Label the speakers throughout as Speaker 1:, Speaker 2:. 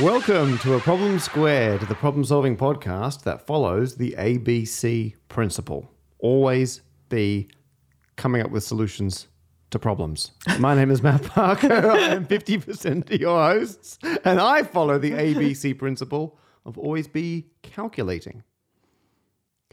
Speaker 1: Welcome to A Problem Squared, the problem solving podcast that follows the ABC principle. Always be coming up with solutions to problems. My name is Matt Parker. I am 50% of your hosts, and I follow the ABC principle of always be calculating.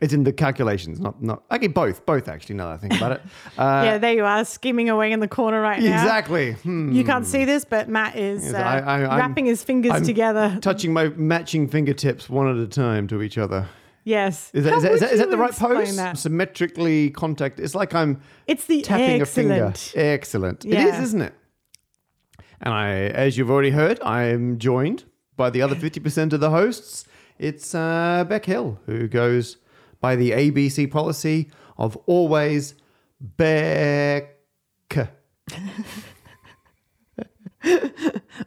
Speaker 1: It's in the calculations, not, not, okay, both, both actually, now that I think about it. Uh,
Speaker 2: yeah, there you are, skimming away in the corner right now.
Speaker 1: Exactly. Hmm.
Speaker 2: You can't see this, but Matt is uh,
Speaker 1: I- I- I'm-
Speaker 2: wrapping his fingers
Speaker 1: I'm
Speaker 2: together.
Speaker 1: Touching my matching fingertips one at a time to each other.
Speaker 2: Yes.
Speaker 1: Is that,
Speaker 2: How
Speaker 1: is that, is
Speaker 2: would
Speaker 1: that, is that
Speaker 2: you
Speaker 1: the right
Speaker 2: explain
Speaker 1: pose?
Speaker 2: that?
Speaker 1: Symmetrically contact. It's like I'm
Speaker 2: It's the
Speaker 1: tapping a
Speaker 2: excellent.
Speaker 1: finger. Excellent. It is,
Speaker 2: Yeah.
Speaker 1: isn't it? And I, as you've already heard, I'm joined by the other 50% of the hosts. It's uh, Beck Hill, who goes by the ABC policy of always Beck.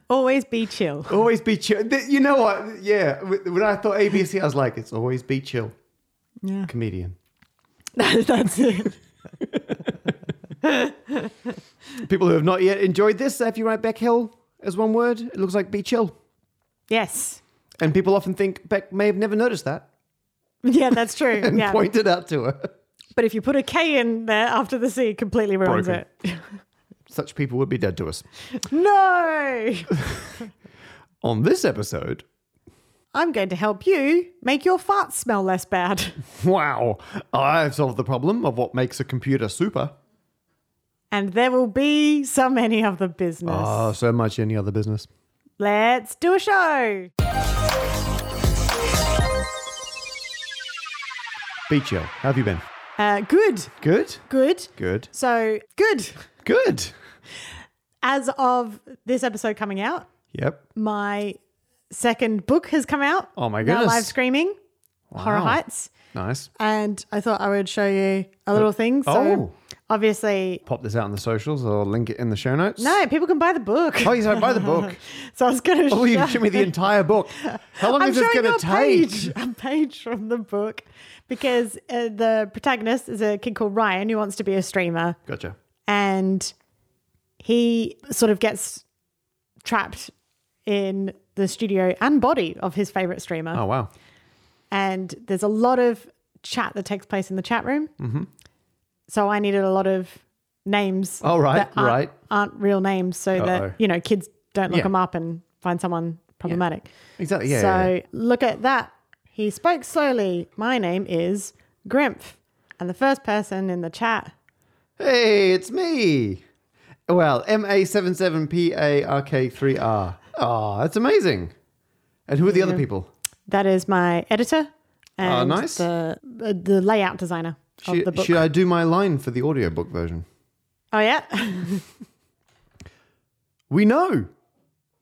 Speaker 2: Always be chill.
Speaker 1: Always be chill. Th- You know what? Yeah. When I thought ABC, I was like, it's always be chill.
Speaker 2: Yeah.
Speaker 1: Comedian.
Speaker 2: That's it.
Speaker 1: People who have not yet enjoyed this, if you write Beck Hill as one word, it looks like be chill.
Speaker 2: Yes.
Speaker 1: And people often think Beck may have never noticed that
Speaker 2: Yeah, that's true.
Speaker 1: and
Speaker 2: yeah.
Speaker 1: pointed out to her.
Speaker 2: But if you put a K in there after the C, it completely ruins
Speaker 1: Broken.
Speaker 2: it.
Speaker 1: Such people would be dead to us.
Speaker 2: No.
Speaker 1: On this episode,
Speaker 2: I'm going to help you make your farts smell less bad.
Speaker 1: wow, I've solved the problem of what makes a computer super.
Speaker 2: And there will be so many of the business.
Speaker 1: Ah, so much any other business.
Speaker 2: Let's do a show.
Speaker 1: Be chill. How have you been?
Speaker 2: Uh, good.
Speaker 1: Good?
Speaker 2: Good.
Speaker 1: Good.
Speaker 2: So, good.
Speaker 1: Good.
Speaker 2: As of this episode coming out,
Speaker 1: Yep.
Speaker 2: my second book has come out.
Speaker 1: Oh my
Speaker 2: Now
Speaker 1: goodness.
Speaker 2: Live Screaming, Horror
Speaker 1: Wow.
Speaker 2: Heights.
Speaker 1: Nice.
Speaker 2: And I thought I would show you a little thing. So,
Speaker 1: oh.
Speaker 2: obviously,
Speaker 1: Pop this out on the socials or link it in the show notes.
Speaker 2: no, people can buy the book.
Speaker 1: Oh, you said buy the book.
Speaker 2: So, I was going to
Speaker 1: Oh, you show me the entire book. How long
Speaker 2: I'm
Speaker 1: is this
Speaker 2: showing you
Speaker 1: going
Speaker 2: a
Speaker 1: to take?
Speaker 2: page, a page from the book, because uh, the protagonist is a kid called Ryan who wants to be a streamer,
Speaker 1: Gotcha.
Speaker 2: and he sort of gets trapped in the studio and body of his favorite streamer.
Speaker 1: Oh, wow.
Speaker 2: And there's a lot of chat that takes place in the chat room.
Speaker 1: Mm-hmm.
Speaker 2: So I needed a lot of names.
Speaker 1: Oh, right,
Speaker 2: that aren't,
Speaker 1: right.
Speaker 2: Aren't real names, so
Speaker 1: Uh-oh.
Speaker 2: that you know kids don't look
Speaker 1: Yeah.
Speaker 2: them up and find someone problematic.
Speaker 1: Exactly. Yeah.
Speaker 2: So
Speaker 1: yeah, yeah.
Speaker 2: look at that. He spoke slowly. My name is Grimph. And the first person in the chat.
Speaker 1: Hey, it's me. Well, MA77PARK3R. Oh, that's amazing. And who are the other people?
Speaker 2: That is my editor and
Speaker 1: Ah, nice.
Speaker 2: the uh, the layout designer of the
Speaker 1: Should,
Speaker 2: book.
Speaker 1: should I do my line for the audiobook version?
Speaker 2: oh yeah,
Speaker 1: We know.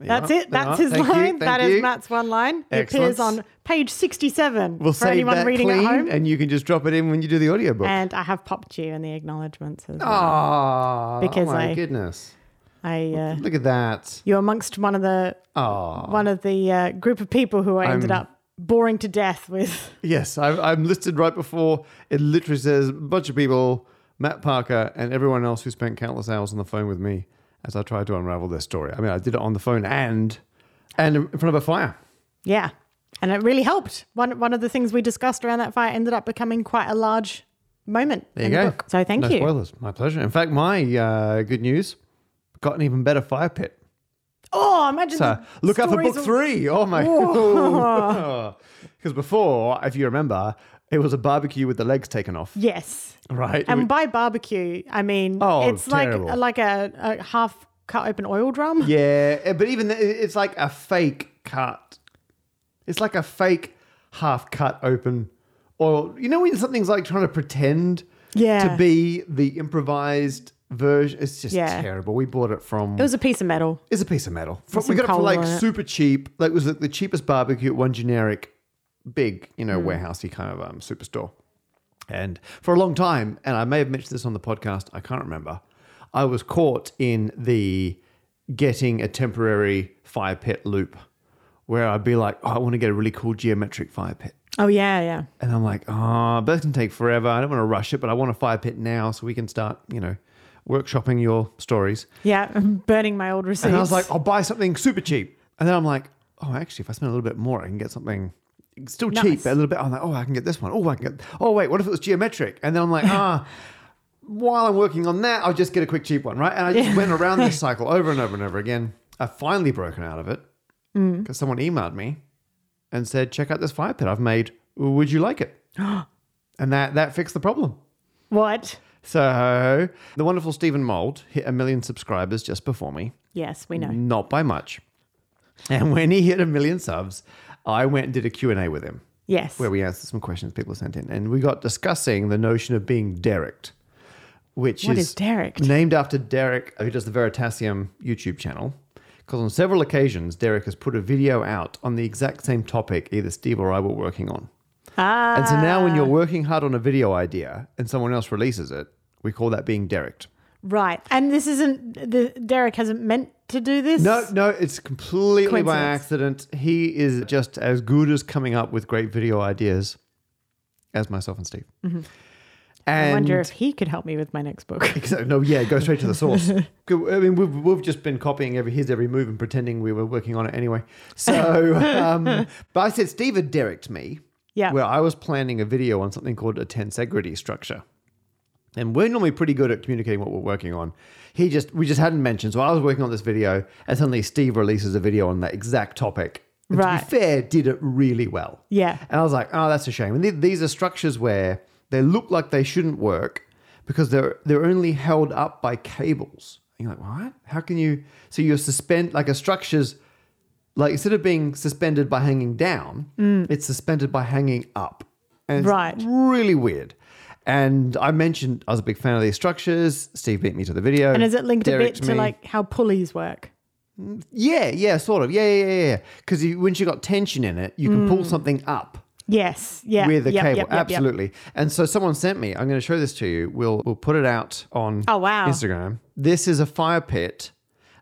Speaker 2: that's it.
Speaker 1: There you
Speaker 2: That's
Speaker 1: are.
Speaker 2: his
Speaker 1: Thank you,
Speaker 2: line.
Speaker 1: thank
Speaker 2: That is
Speaker 1: you.
Speaker 2: Matt's one line. It
Speaker 1: Excellent.
Speaker 2: appears on page sixty-seven
Speaker 1: We'll
Speaker 2: for
Speaker 1: save
Speaker 2: anyone
Speaker 1: that
Speaker 2: reading
Speaker 1: clean,
Speaker 2: at home.
Speaker 1: and you can just drop it in when you do the audiobook.
Speaker 2: And I have popped you in the acknowledgements. as
Speaker 1: Oh.
Speaker 2: well.
Speaker 1: Ah, oh
Speaker 2: Because
Speaker 1: my
Speaker 2: I-
Speaker 1: goodness!
Speaker 2: I uh,
Speaker 1: Look at that.
Speaker 2: you're amongst one of the
Speaker 1: Ah,
Speaker 2: one of the uh, group of people who I ended up boring to death with.
Speaker 1: yes, I, I'm listed right before. It literally says a bunch of people, Matt Parker, and everyone else who spent countless hours on the phone with me as I tried to unravel their story. I mean, I did it on the phone and and in front of a fire.
Speaker 2: Yeah. And it really helped. One one of the things we discussed around that fire ended up becoming quite a large moment.
Speaker 1: There
Speaker 2: in
Speaker 1: you
Speaker 2: the
Speaker 1: go.
Speaker 2: book. So thank
Speaker 1: no
Speaker 2: you.
Speaker 1: spoilers. My pleasure. In fact, my uh, good news got an even better fire pit.
Speaker 2: Oh, imagine
Speaker 1: So
Speaker 2: the
Speaker 1: look out for
Speaker 2: stories
Speaker 1: book
Speaker 2: of-
Speaker 1: three. Oh my! Because before, if you remember, it was a barbecue with the legs taken off,
Speaker 2: Yes.
Speaker 1: right?
Speaker 2: And by barbecue, I mean
Speaker 1: Oh,
Speaker 2: it's like
Speaker 1: terrible.
Speaker 2: like a, a half cut open oil drum.
Speaker 1: Yeah, eh, but even th- it's like a fake cut. It's like a fake half cut open, or you know when something's like trying to pretend
Speaker 2: Yeah.
Speaker 1: to be the improvised version. It's just
Speaker 2: Yeah.
Speaker 1: terrible. We bought it from.
Speaker 2: It was a piece of metal.
Speaker 1: it's a piece of metal. From- we
Speaker 2: some
Speaker 1: got it for
Speaker 2: coal
Speaker 1: like
Speaker 2: on it.
Speaker 1: super cheap. Like it was like the cheapest barbecue at one generic, big you
Speaker 2: Hmm.
Speaker 1: know warehousey kind of um, superstore. And for a long time, and I may have mentioned this on the podcast, I can't remember. I was caught in the getting a temporary fire pit loop, where I'd be like, oh, I want to get a really cool geometric fire pit.
Speaker 2: Oh yeah, yeah.
Speaker 1: And I'm like, oh, but it's going to take forever. I don't want to rush it, but I want a fire pit now so we can start, you know, workshopping your stories.
Speaker 2: Yeah. I'm burning my old receipts.
Speaker 1: And I was like, I'll buy something super cheap. And then I'm like, oh, actually, if I spend a little bit more, I can get something still
Speaker 2: Nice.
Speaker 1: cheap, but a little bit. I'm like, oh, I can get this one. Oh, I can get. Oh, wait, what if it was geometric? And then I'm like, ah. While I'm working on that, I'll just get a quick cheap one, right? And I just went around this cycle over and over and over again. I've finally broken out of it because someone emailed me and said, "Check out this fire pit I've made. Would you like it?" and that that fixed the problem.
Speaker 2: What?
Speaker 1: So the wonderful Stephen Mould hit a million subscribers just before me,
Speaker 2: Yes, we know.
Speaker 1: not by much. And when he hit a million subs, I went and did a Q&A with him
Speaker 2: Yes.
Speaker 1: where we answered some questions people sent in. And we got discussing the notion of being derricked, which
Speaker 2: What
Speaker 1: is
Speaker 2: is derricked?
Speaker 1: Named after Derek, who does the Veritasium YouTube channel. Because on several occasions, Derek has put a video out on the exact same topic either Steve or I were working on.
Speaker 2: ah,
Speaker 1: And so now when you're working hard on a video idea and someone else releases it, we call that being derricked.
Speaker 2: right. And this isn't the Derek hasn't meant to do this.
Speaker 1: No, no, it's completely by
Speaker 2: Coincidence.
Speaker 1: accident. He is just as good as coming up with great video ideas as myself and Steve.
Speaker 2: Mm-hmm. I
Speaker 1: And
Speaker 2: wonder if he could help me with my next book.
Speaker 1: Exa- no, yeah, go straight to the source. Go- I mean, we've, we've just been copying every his every move and pretending we were working on it anyway. So, um, but I said Steve had derricked me.
Speaker 2: Yeah.
Speaker 1: Where I was planning a video on something called a tensegrity structure. And we're normally pretty good at communicating what we're working on. He just we just hadn't mentioned. So I was working on this video, and suddenly Steve releases a video on that exact topic. And
Speaker 2: Right.
Speaker 1: To be fair, did it really well.
Speaker 2: Yeah.
Speaker 1: And I was like, oh, that's a shame. And th- these are structures where they look like they shouldn't work because they're they're only held up by cables. And you're like, what? How can you? So you're suspend like a structure's like instead of being suspended by hanging down, it's suspended by hanging up. And it's
Speaker 2: Mm. Right.
Speaker 1: really weird. And I mentioned I was a big fan of these structures. Steve beat me to the video.
Speaker 2: And is it linked a
Speaker 1: Dereked
Speaker 2: bit to
Speaker 1: me.
Speaker 2: like how pulleys work?
Speaker 1: Yeah, yeah, sort of. Yeah, yeah, yeah, yeah. Because once you got tension in it, you can
Speaker 2: Mm.
Speaker 1: pull something up.
Speaker 2: Yes. Yeah.
Speaker 1: with a
Speaker 2: Yep,
Speaker 1: cable.
Speaker 2: yep, yep, yep.
Speaker 1: Absolutely. And so someone sent me. I'm going to show this to you. We'll we'll put it out on
Speaker 2: Oh, wow.
Speaker 1: Instagram. This is a fire pit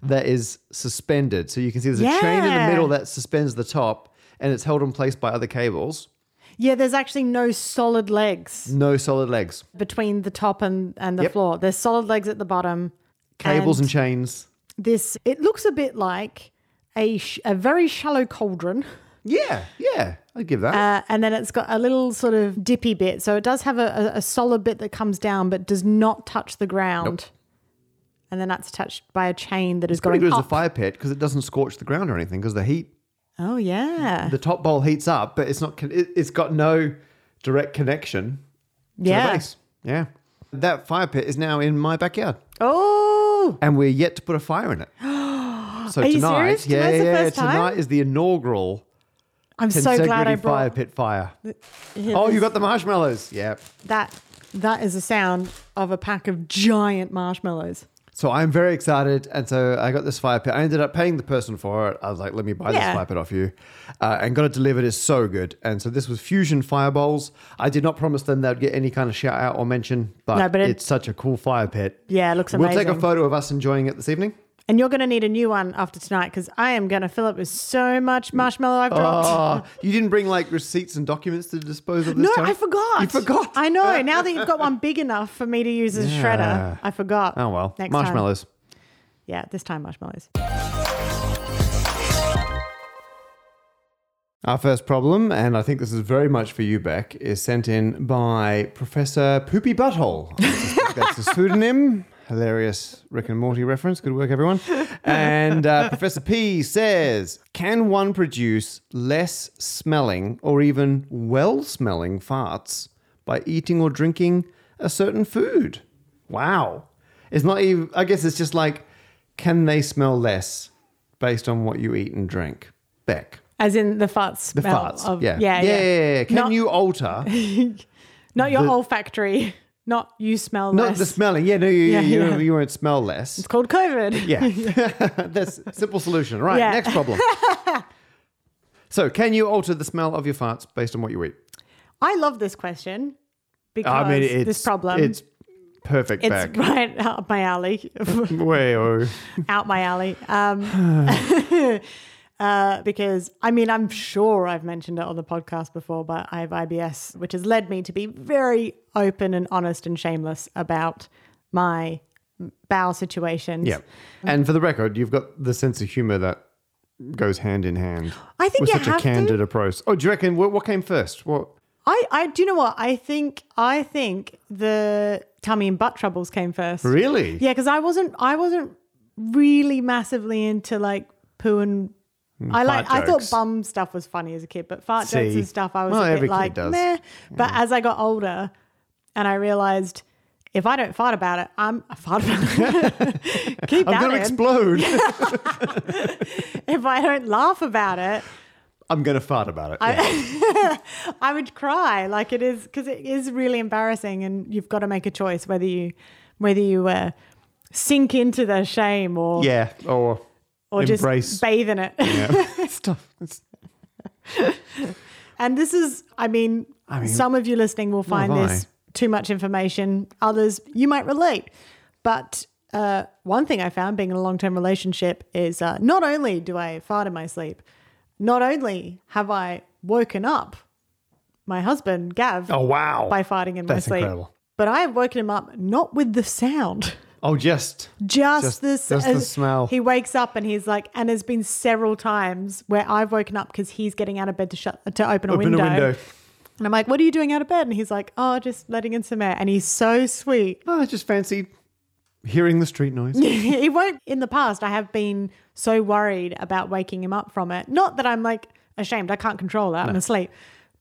Speaker 1: that is suspended. So you can see there's a chain in the
Speaker 2: Yeah.
Speaker 1: middle that suspends the top, and it's held in place by other cables.
Speaker 2: Yeah. There's actually no solid legs
Speaker 1: No solid legs.
Speaker 2: between the top and and the
Speaker 1: Yep.
Speaker 2: floor. There's solid legs at the bottom.
Speaker 1: Cables and, chains.
Speaker 2: this it looks a bit like a sh- a very shallow cauldron
Speaker 1: Yeah, yeah. I'd give that.
Speaker 2: uh, and then it's got a little sort of dippy bit so it does have a, a, a solid bit that comes down but does not touch the ground and then that's attached by a chain that is
Speaker 1: Pretty
Speaker 2: going
Speaker 1: good as
Speaker 2: up
Speaker 1: a fire pit because it doesn't scorch the ground or anything because the heat,
Speaker 2: oh yeah
Speaker 1: the top bowl heats up, but it's not. con- It, it's got no direct connection to the
Speaker 2: yeah
Speaker 1: base. Yeah. That fire pit is now in my backyard.
Speaker 2: oh
Speaker 1: and we're yet to put a fire in it. So
Speaker 2: you
Speaker 1: tonight,
Speaker 2: serious?
Speaker 1: yeah,
Speaker 2: Tonight's the
Speaker 1: yeah,
Speaker 2: first time?
Speaker 1: tonight is the inaugural
Speaker 2: i'm so
Speaker 1: Tensegrity
Speaker 2: glad i
Speaker 1: fire
Speaker 2: brought
Speaker 1: pit fire. Oh, you got the marshmallows. Yeah.
Speaker 2: that that is the sound of a pack of giant marshmallows
Speaker 1: So I'm very excited, and so I got this fire pit. I ended up paying the person for it. I was like, "Let me buy this
Speaker 2: Yeah.
Speaker 1: fire pit off you," uh, and got it delivered. It's so good. And so this was Fusion Fireballs. I did not promise them they'd get any kind of shout out or mention, but,
Speaker 2: No, but it-
Speaker 1: it's such a cool fire pit.
Speaker 2: yeah it looks
Speaker 1: we'll
Speaker 2: amazing
Speaker 1: take a photo of us enjoying it this evening.
Speaker 2: and you're going to need a new one after tonight because i am going to fill it with so much marshmallow i've dropped
Speaker 1: Oh, you didn't bring like receipts and documents to dispose of this
Speaker 2: No,
Speaker 1: time?
Speaker 2: I forgot.
Speaker 1: You forgot.
Speaker 2: I know. Now that you've got one big enough for me to use as a
Speaker 1: Yeah.
Speaker 2: shredder, I forgot.
Speaker 1: Oh well,
Speaker 2: Next time.
Speaker 1: marshmallows.
Speaker 2: Yeah, this time marshmallows.
Speaker 1: Our first problem, and I think this is very much for you, Beck, is sent in by Professor Poopy Butthole. I suspect That's a pseudonym. Hilarious Rick and Morty reference. Good work, everyone. And uh, Professor P says, "Can one produce less smelling or even well-smelling farts by eating or drinking a certain food?" Wow, it's not even. I guess it's just like, can they smell less based on what you eat and drink? Beck.
Speaker 2: As in the farts
Speaker 1: The
Speaker 2: smell.
Speaker 1: farts.
Speaker 2: Of,
Speaker 1: yeah.
Speaker 2: Yeah,
Speaker 1: yeah. yeah, yeah. Can
Speaker 2: Not-
Speaker 1: you alter
Speaker 2: Not your olfactory. Not you smell
Speaker 1: not
Speaker 2: less.
Speaker 1: the smelling? Yeah, no, you,
Speaker 2: Yeah,
Speaker 1: you,
Speaker 2: yeah.
Speaker 1: you won't smell less.
Speaker 2: it's called COVID.
Speaker 1: Yeah. That's a simple solution. Right.
Speaker 2: Yeah.
Speaker 1: Next problem. so, can you alter the smell of your farts based on what you eat?
Speaker 2: I love this question because
Speaker 1: I mean, it's
Speaker 2: this problem.
Speaker 1: It's perfect
Speaker 2: it's
Speaker 1: back.
Speaker 2: right up my alley.
Speaker 1: Way oh.
Speaker 2: out my alley. Um, uh, because I mean, I'm sure I've mentioned it on the podcast before, but I have IBS, which has led me to be very open and honest and shameless about my bowel situations.
Speaker 1: Yeah. And for the record, you've got the sense of humor that goes hand in hand.
Speaker 2: I think
Speaker 1: with
Speaker 2: you
Speaker 1: such
Speaker 2: have
Speaker 1: a
Speaker 2: to.
Speaker 1: candid approach. Oh, do you reckon what, what came first? What?
Speaker 2: I, I do you know what I think. I think the tummy and butt troubles came first.
Speaker 1: Really?
Speaker 2: Yeah, because I wasn't I wasn't really massively into like poo and I like
Speaker 1: Mm, fart
Speaker 2: I thought
Speaker 1: jokes.
Speaker 2: bum stuff was funny as a kid, but fart jokes
Speaker 1: See.
Speaker 2: and stuff I was
Speaker 1: Well,
Speaker 2: a
Speaker 1: every
Speaker 2: bit
Speaker 1: kid
Speaker 2: like
Speaker 1: does. Mm.
Speaker 2: meh. But as I got older, and I realized if I don't fart about it, I'm I fart about it. Keep
Speaker 1: I'm
Speaker 2: that
Speaker 1: going to
Speaker 2: in.
Speaker 1: explode.
Speaker 2: if I don't laugh about it,
Speaker 1: I'm going to fart about it. Yeah.
Speaker 2: I would cry. Like it is because it is really embarrassing, and you've got to make a choice whether you whether you uh, sink into the shame or
Speaker 1: yeah. Or
Speaker 2: or
Speaker 1: embrace.
Speaker 2: just bathe in it.
Speaker 1: yeah. Stuff. It's-
Speaker 2: And this is, I mean,
Speaker 1: mean,
Speaker 2: some of you listening will find
Speaker 1: have
Speaker 2: this too much information. Others, you might relate. But uh, one thing I found being in a long term relationship is uh, not only do I fart in my sleep, not only have I woken up my husband, Gav,
Speaker 1: Oh wow.
Speaker 2: by farting in
Speaker 1: that's
Speaker 2: my sleep,
Speaker 1: incredible.
Speaker 2: but I have woken him up not with the sound.
Speaker 1: oh, just
Speaker 2: Just,
Speaker 1: Just-
Speaker 2: this,
Speaker 1: just the smell.
Speaker 2: He wakes up and he's like, and there's been several times where I've woken up because he's getting out of bed to shut to open a
Speaker 1: open
Speaker 2: window.
Speaker 1: a window.
Speaker 2: And I'm like, what are you doing out of bed? And he's like, oh, just letting in some air. And he's so sweet.
Speaker 1: Oh, I just fancied hearing the street noise.
Speaker 2: he won't, in the past, I have been so worried about waking him up from it. Not that I'm like ashamed, I can't control that. I'm asleep,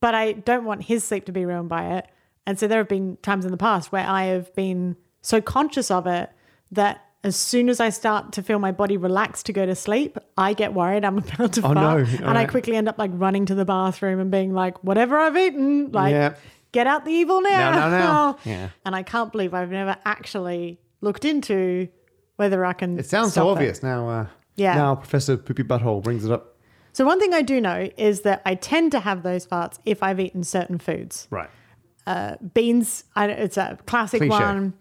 Speaker 2: but I don't want his sleep to be ruined by it. And so there have been times in the past where I have been so conscious of it that as soon as I start to feel my body relax to go to sleep, I get worried I'm about to
Speaker 1: Oh,
Speaker 2: fart.
Speaker 1: no.
Speaker 2: And
Speaker 1: All
Speaker 2: I
Speaker 1: right.
Speaker 2: quickly end up like running to the bathroom and being like, whatever I've eaten, like,
Speaker 1: Yeah.
Speaker 2: get out the evil now.
Speaker 1: No, no, no. Yeah.
Speaker 2: And I can't believe I've never actually looked into whether I can.
Speaker 1: It sounds so
Speaker 2: stop
Speaker 1: obvious now. Uh,
Speaker 2: Yeah.
Speaker 1: Now Professor Poopy Butthole brings it up.
Speaker 2: So, one thing I do know is that I tend to have those farts if I've eaten certain foods.
Speaker 1: Right.
Speaker 2: Beans, I, it's a classic
Speaker 1: Cliche.
Speaker 2: one,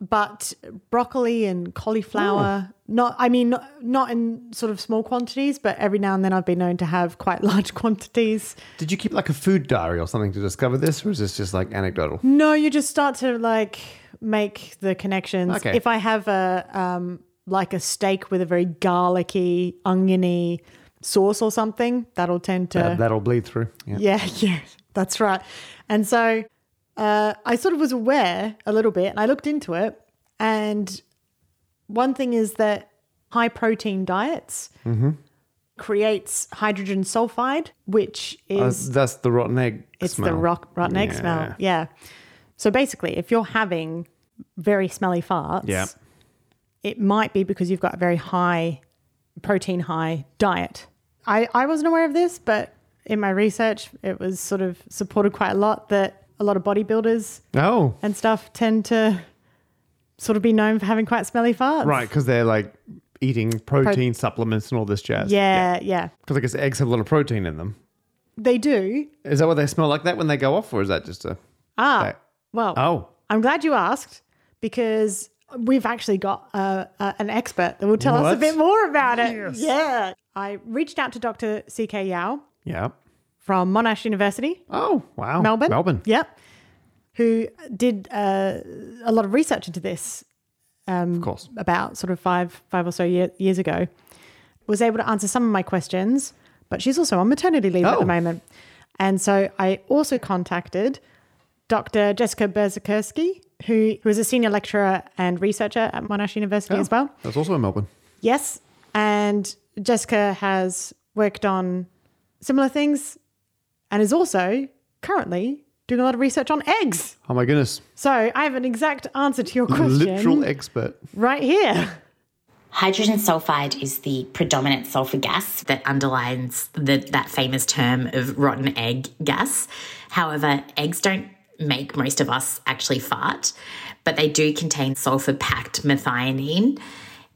Speaker 2: but broccoli and
Speaker 1: Oh.
Speaker 2: cauliflower. Not, I mean, not, not in sort of small quantities, but every now and then I've been known to have quite large quantities.
Speaker 1: Did you keep like a food diary or something to discover this, or is this just like anecdotal?
Speaker 2: No, you just start to like make the connections.
Speaker 1: Okay.
Speaker 2: If I have a um like a steak with a very garlicky, oniony sauce or something, that'll tend to
Speaker 1: Uh, that'll bleed through. Yeah.
Speaker 2: yeah, yeah, that's right. And so uh, I sort of was aware a little bit and I looked into it. And one thing is that high protein diets creates hydrogen sulfide, which
Speaker 1: Uh,
Speaker 2: is
Speaker 1: that's the rotten egg.
Speaker 2: it's the
Speaker 1: smell.
Speaker 2: rock, rotten egg smell. Yeah. So basically, if you're having very smelly farts,
Speaker 1: Yeah.
Speaker 2: it might be because you've got a very high protein high diet. I, I wasn't aware of this, but in my research, it was sort of supported quite a lot that a lot of bodybuilders
Speaker 1: Oh,
Speaker 2: and stuff tend to sort of be known for having quite smelly farts.
Speaker 1: right. Because they're like eating protein supplements and all this jazz.
Speaker 2: Yeah, yeah.
Speaker 1: Because I guess eggs have a lot of protein in them.
Speaker 2: They do.
Speaker 1: Is that why they smell like that when they go off, or is that just a.
Speaker 2: Ah,
Speaker 1: That-
Speaker 2: well,
Speaker 1: Oh.
Speaker 2: I'm glad you asked because we've actually got uh, uh, an expert that will tell us
Speaker 1: What?
Speaker 2: a bit more about it. Yeah. I reached out to Dr. CK Yao
Speaker 1: Yeah.
Speaker 2: from Monash University,
Speaker 1: Oh, wow.
Speaker 2: Melbourne.
Speaker 1: Melbourne.
Speaker 2: Yep. Who did uh, a lot of research into this Mm.
Speaker 1: Of course.
Speaker 2: about sort of five, five or so year, years ago. Was able to answer some of my questions, but she's also on maternity leave at
Speaker 1: Oh.
Speaker 2: the moment. And so I also contacted Dr. Jessica Berzakirski, who, who is a senior lecturer and researcher at Monash University as well.
Speaker 1: That's also in Melbourne.
Speaker 2: Yes. And Jessica has worked on similar things and is also currently doing a lot of research on eggs.
Speaker 1: Oh, my goodness.
Speaker 2: So I have an exact answer to your question
Speaker 1: Literal expert.
Speaker 2: right here.
Speaker 3: Hydrogen sulfide is the predominant sulfur gas that underlines the, that famous term of rotten egg gas. However, eggs don't make most of us actually fart, but they do contain sulfur packed methionine.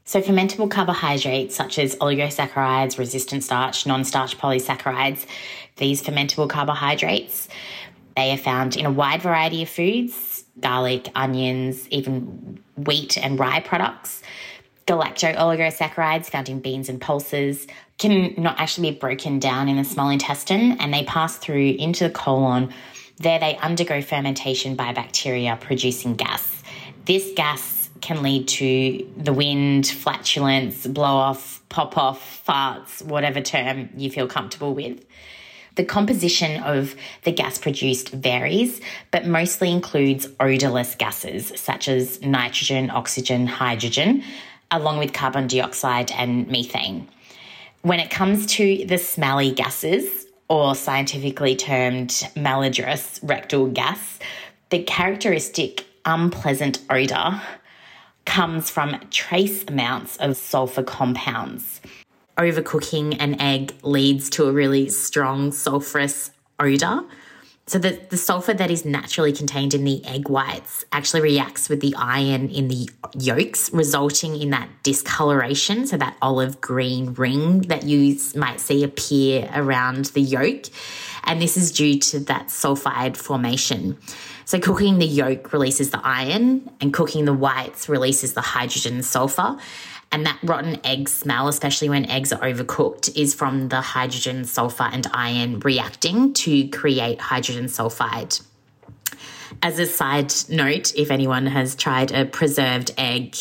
Speaker 3: So, fermentable carbohydrates such as oligosaccharides, resistant starch, non starch polysaccharides, these fermentable carbohydrates, they are found in a wide variety of foods garlic, onions, even wheat and rye products. Galacto oligosaccharides found in beans and pulses can not actually be broken down in the small intestine and they pass through into the colon. There, they undergo fermentation by bacteria producing gas. This gas can lead to the wind, flatulence, blow off, pop off, farts, whatever term you feel comfortable with. The composition of the gas produced varies, but mostly includes odorless gases such as nitrogen, oxygen, hydrogen, along with carbon dioxide and methane. When it comes to the smelly gases, or scientifically termed malodorous rectal gas, the characteristic unpleasant odour comes from trace amounts of sulfur compounds overcooking an egg leads to a really strong sulfurous odor. So the, the sulfur that is naturally contained in the egg whites actually reacts with the iron in the yolks, resulting in that discoloration, so that olive green ring that you s- might see appear around the yolk. And this is due to that sulfide formation. So cooking the yolk releases the iron, and cooking the whites releases the hydrogen and sulfur. And that rotten egg smell, especially when eggs are overcooked, is from the hydrogen, sulfur, and iron reacting to create hydrogen sulfide. As a side note, if anyone has tried a preserved egg,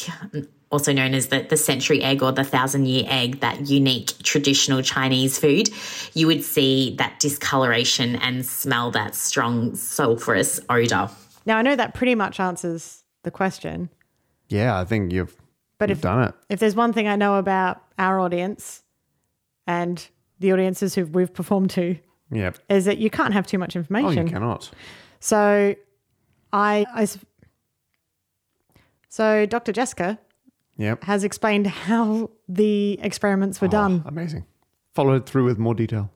Speaker 3: also known as the, the century egg or the thousand year egg, that unique traditional Chinese food, you would see that discoloration and smell that strong sulfurous odor.
Speaker 2: Now, I know that pretty much answers the question.
Speaker 1: Yeah, I think you've,
Speaker 2: But
Speaker 1: you've
Speaker 2: if-
Speaker 1: done it.
Speaker 2: If there's one thing I know about our audience and the audiences who we've performed to,
Speaker 1: Yep.
Speaker 2: is that you can't have too much
Speaker 1: Oh,
Speaker 2: information.
Speaker 1: you cannot.
Speaker 2: So I, I s- so Dr. Jessica
Speaker 1: Yep.
Speaker 2: has explained how the experiments were done.
Speaker 1: Oh, amazing. Followed through with more detail.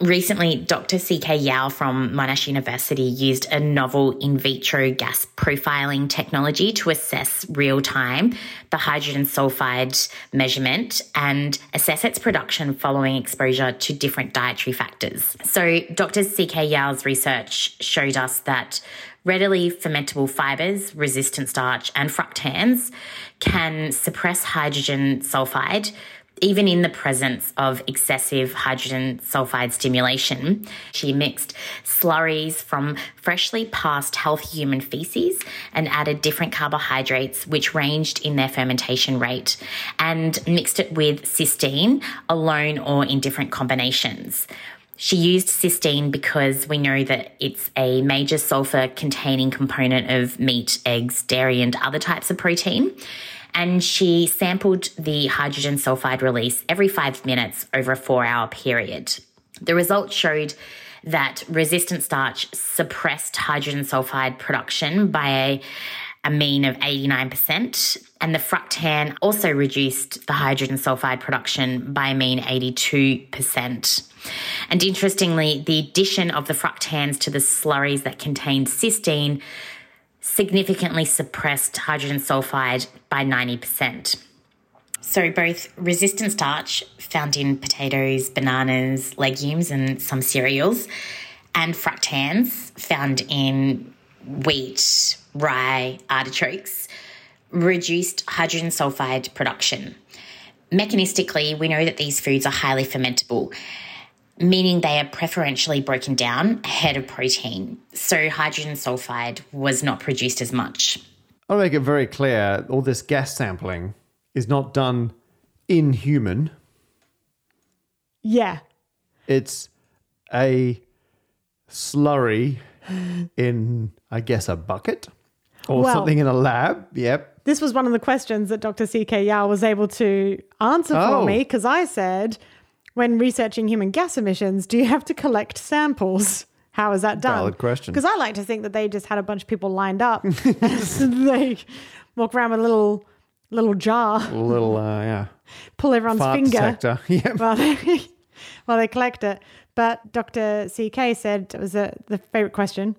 Speaker 3: Recently, Dr. CK Yao from Monash University used a novel in vitro gas profiling technology to assess real time the hydrogen sulfide measurement and assess its production following exposure to different dietary factors. So, Dr. CK Yao's research showed us that readily fermentable fibers, resistant starch, and fructans can suppress hydrogen sulfide even in the presence of excessive hydrogen sulfide stimulation. She mixed slurries from freshly passed healthy human feces and added different carbohydrates, which ranged in their fermentation rate, and mixed it with cysteine alone or in different combinations. She used cysteine because we know that it's a major sulfur containing component of meat, eggs, dairy, and other types of protein. And she sampled the hydrogen sulfide release every five minutes over a four hour period. The results showed that resistant starch suppressed hydrogen sulfide production by a, a mean of 89%, and the fructan also reduced the hydrogen sulfide production by a mean 82%. And interestingly, the addition of the fructans to the slurries that contain cysteine significantly suppressed hydrogen sulfide by 90%. So, both resistant starch found in potatoes, bananas, legumes, and some cereals, and fructans found in wheat, rye, artichokes reduced hydrogen sulfide production. Mechanistically, we know that these foods are highly fermentable meaning they are preferentially broken down ahead of protein. So hydrogen sulfide was not produced as much.
Speaker 1: I'll make it very clear all this gas sampling is not done in human.
Speaker 2: Yeah.
Speaker 1: It's a slurry in, I guess, a bucket or
Speaker 2: Well-
Speaker 1: something in a lab. Yep.
Speaker 2: This was one of the questions that Dr. CK Yao was able to answer
Speaker 1: Oh.
Speaker 2: for me because I said, when researching human gas emissions, do you have to collect samples? How is that done?
Speaker 1: Valid question.
Speaker 2: Because I like to think that they just had a bunch of people lined up. and so they walk around with a little little jar,
Speaker 1: A little, uh, yeah.
Speaker 2: pull everyone's
Speaker 1: Fart
Speaker 2: finger.
Speaker 1: detector. Yep.
Speaker 2: while they while they collect it. But Dr. CK said it was a, the favorite question.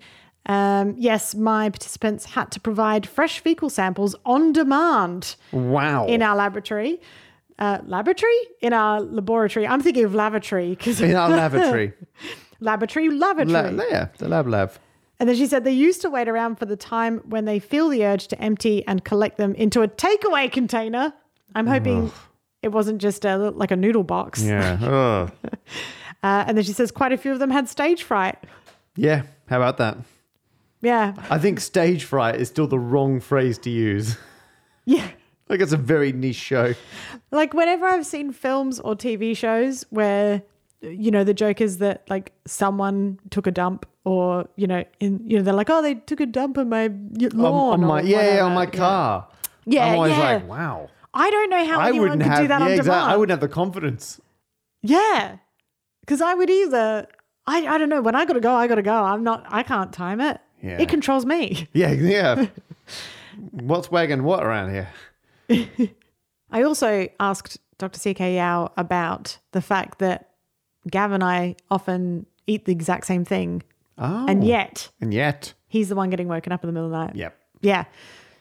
Speaker 2: Um, yes, my participants had to provide fresh fecal samples on demand
Speaker 1: Wow.
Speaker 2: in our laboratory. Uh, laboratory? In our laboratory. I'm thinking of lavatory because
Speaker 1: in our lavatory.
Speaker 2: laboratory, lavatory.
Speaker 1: La- yeah, the lab lab.
Speaker 2: and then she said they used to wait around for the time when they feel the urge to empty and collect them into a takeaway container. I'm hoping it wasn't just a, like a noodle box.
Speaker 1: Yeah. Ugh.
Speaker 2: Uh, and then she says quite a few of them had stage fright.
Speaker 1: Yeah. How about that?
Speaker 2: Yeah.
Speaker 1: I think stage fright is still the wrong phrase to use.
Speaker 2: Yeah.
Speaker 1: Like it's a very niche show.
Speaker 2: Like whenever I've seen films or TV shows where you know the joke is that like someone took a dump or you know in you know they're like oh they took a dump on my y- lawn
Speaker 1: Um, on, on
Speaker 2: or
Speaker 1: my yeah, yeah, on
Speaker 2: whatever.
Speaker 1: my car.
Speaker 2: Yeah,
Speaker 1: I'm always
Speaker 2: yeah.
Speaker 1: like, wow.
Speaker 2: I don't know how
Speaker 1: I
Speaker 2: anyone
Speaker 1: wouldn't
Speaker 2: could
Speaker 1: have
Speaker 2: do that
Speaker 1: yeah,
Speaker 2: on
Speaker 1: exact-
Speaker 2: demand.
Speaker 1: I wouldn't have the confidence.
Speaker 2: Yeah. Cause I would either I, I don't know, when I gotta go, I gotta go. I'm not I can't time it.
Speaker 1: Yeah.
Speaker 2: It controls me.
Speaker 1: Yeah, yeah. What's wagging what around here?
Speaker 2: I also asked Dr. CK Yao about the fact that Gav and I often eat the exact same thing.
Speaker 1: Oh.
Speaker 2: And yet
Speaker 1: And yet.
Speaker 2: he's the one getting woken up in the middle of the night.
Speaker 1: Yep.
Speaker 2: Yeah.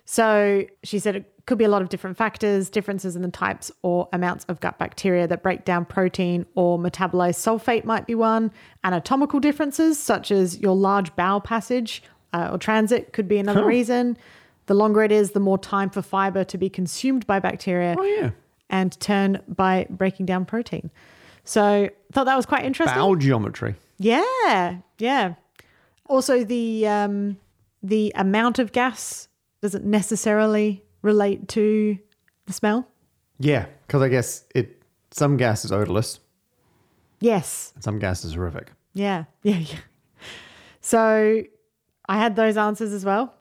Speaker 2: So she said it could be a lot of different factors, differences in the types or amounts of gut bacteria that break down protein or metabolize sulfate might be one. Anatomical differences, such as your large bowel passage uh, or transit, could be another reason. The longer it is, the more time for fiber to be consumed by bacteria
Speaker 1: Oh yeah.
Speaker 2: and turn by breaking down protein. So thought that was quite interesting.
Speaker 1: Bowel geometry.
Speaker 2: Yeah, yeah. Also, the um, the amount of gas doesn't necessarily relate to the smell.
Speaker 1: Yeah, because I guess it some gas is odorless
Speaker 2: Yes,
Speaker 1: and some gas is horrific.
Speaker 2: yeah, yeah, yeah. So I had those answers as well.